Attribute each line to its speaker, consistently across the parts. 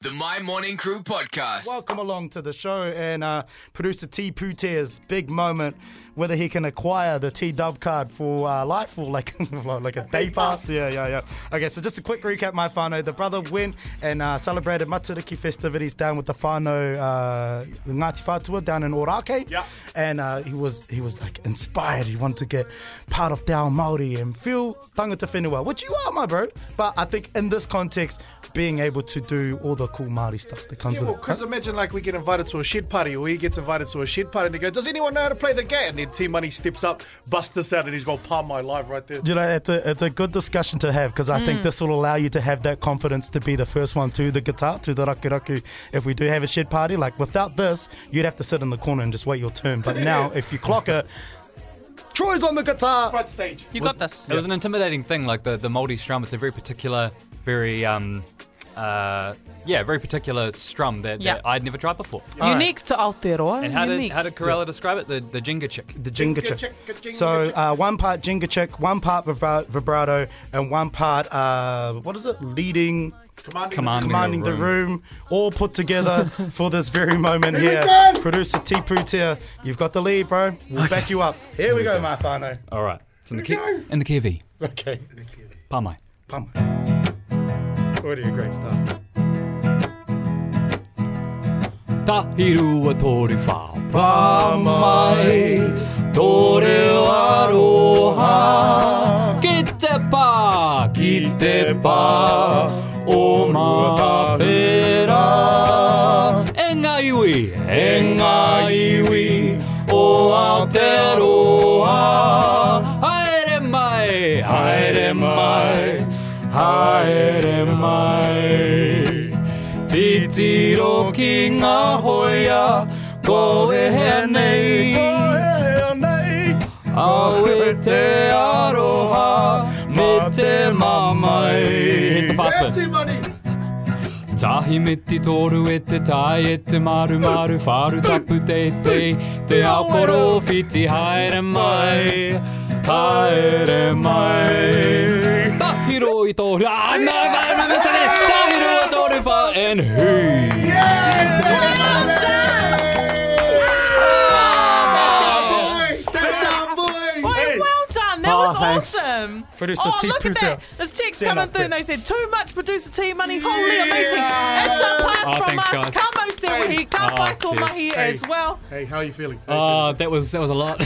Speaker 1: The My Morning Crew Podcast.
Speaker 2: Welcome along to the show and uh, producer T Pute's big moment whether he can acquire the T Dub card for uh, life or like like a day pass. Yeah, yeah, yeah. Okay, so just a quick recap, my whānau. The brother went and uh, celebrated Matariki festivities down with the whānau uh, Ngāti Whātua down in Orake.
Speaker 3: Yeah.
Speaker 2: And uh, he was he was like inspired. He wanted to get part of Te Ao Māori and feel tangata whenua, which you are, my bro. But I think in this context, being able to do all the cool Māori stuff that comes
Speaker 3: Yeah,
Speaker 2: with
Speaker 3: well,
Speaker 2: it.
Speaker 3: because imagine like we get invited to a shed party, or he gets invited to a shed party, and they go, "Does anyone know how to play the game?" And then T Money steps up, busts this out, and he's got palm my live right there.
Speaker 2: You know, it's a, it's a good discussion to have because I think this will allow you to have that confidence to be the first one to the guitar, to the raku raku. If we do have a shed party, like without this, you'd have to sit in the corner and just wait your turn. But now, if you clock it, Troy's on the guitar.
Speaker 3: Front stage.
Speaker 4: You got this. It was an intimidating thing, like the the Māori strum. It's a very particular, very um, uh, yeah, very particular strum that,
Speaker 5: Yeah.
Speaker 4: that I'd never tried before.
Speaker 5: Unique to Aotearoa.
Speaker 4: And how did
Speaker 5: unique.
Speaker 4: how did Corella describe it? The the jinga chick.
Speaker 2: The jinga
Speaker 3: Jinga
Speaker 2: chick.
Speaker 3: chick, jinga
Speaker 2: So
Speaker 3: chick.
Speaker 2: uh, one part jinga chick, one part vibra- vibrato, and one part uh, what is it? Leading,
Speaker 3: Commanding.
Speaker 4: Commanding.
Speaker 2: commanding the
Speaker 4: the
Speaker 2: room.
Speaker 4: room.
Speaker 2: all put together for this very moment here.
Speaker 3: go.
Speaker 2: Producer T Putia, you've got the lead, bro. We'll back you up. Here, we go, my whānau.
Speaker 4: All right. It's in the ki- in the kiwi.
Speaker 2: Okay.
Speaker 4: Pamai.
Speaker 2: Pump. Already a great start.
Speaker 4: Tahirua tore whao. Pamai. Tore aroha. Ki te pā, ki te pā. O mā whera. E ngā iwi, e ngā iwi. O Aotearoa. Haere mai, haere mai. Haere mai. Titiro ki ngā hoia, ko e he nei. Aue te aroha, me te mamai. Here's the fast
Speaker 3: T Money.
Speaker 4: Tahi miti tōru e te tai e te maru maru wharu tapu te te Te aokoro whiti haere mai Haere mai Tahiro i tōru Ah, nā whaere mai misere Tahiro i tōru wha and hui
Speaker 3: That's our boy.
Speaker 5: Hey, well done. That was
Speaker 4: Oh, thanks.
Speaker 5: awesome.
Speaker 2: Producer
Speaker 5: oh,
Speaker 2: T.
Speaker 5: look at
Speaker 2: Puta.
Speaker 5: that. There's text
Speaker 2: Stand
Speaker 5: coming
Speaker 2: up,
Speaker 5: through and they said, too much producer T money. Holy amazing. It's a pass
Speaker 4: Oh,
Speaker 5: from
Speaker 4: thanks,
Speaker 5: us.
Speaker 4: guys.
Speaker 5: Come out there, hey. Ka
Speaker 4: Oh,
Speaker 5: Michael
Speaker 4: cheers.
Speaker 5: Mahi as well.
Speaker 3: Hey, how are you feeling?
Speaker 5: Uh,
Speaker 4: Ah, that was that was a lot.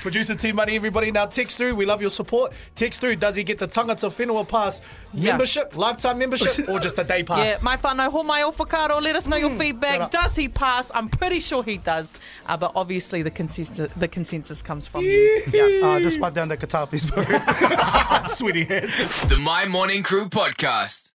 Speaker 3: Producer T Money, everybody. Now text through. We love your support. Text through. Does he get the Tangata Whenua Pass
Speaker 5: Yeah.
Speaker 3: membership, lifetime membership, or just a day pass?
Speaker 5: Yeah, my whānau, ho mai o whakaro, let us know
Speaker 4: Mm.
Speaker 5: your feedback. Does he pass? I'm pretty sure he does. Uh, but obviously the consensus, the consensus comes from you.
Speaker 2: Uh, just wipe down that guitar, please, bro.
Speaker 3: sweetie hands.
Speaker 1: The My Morning Crew Podcast.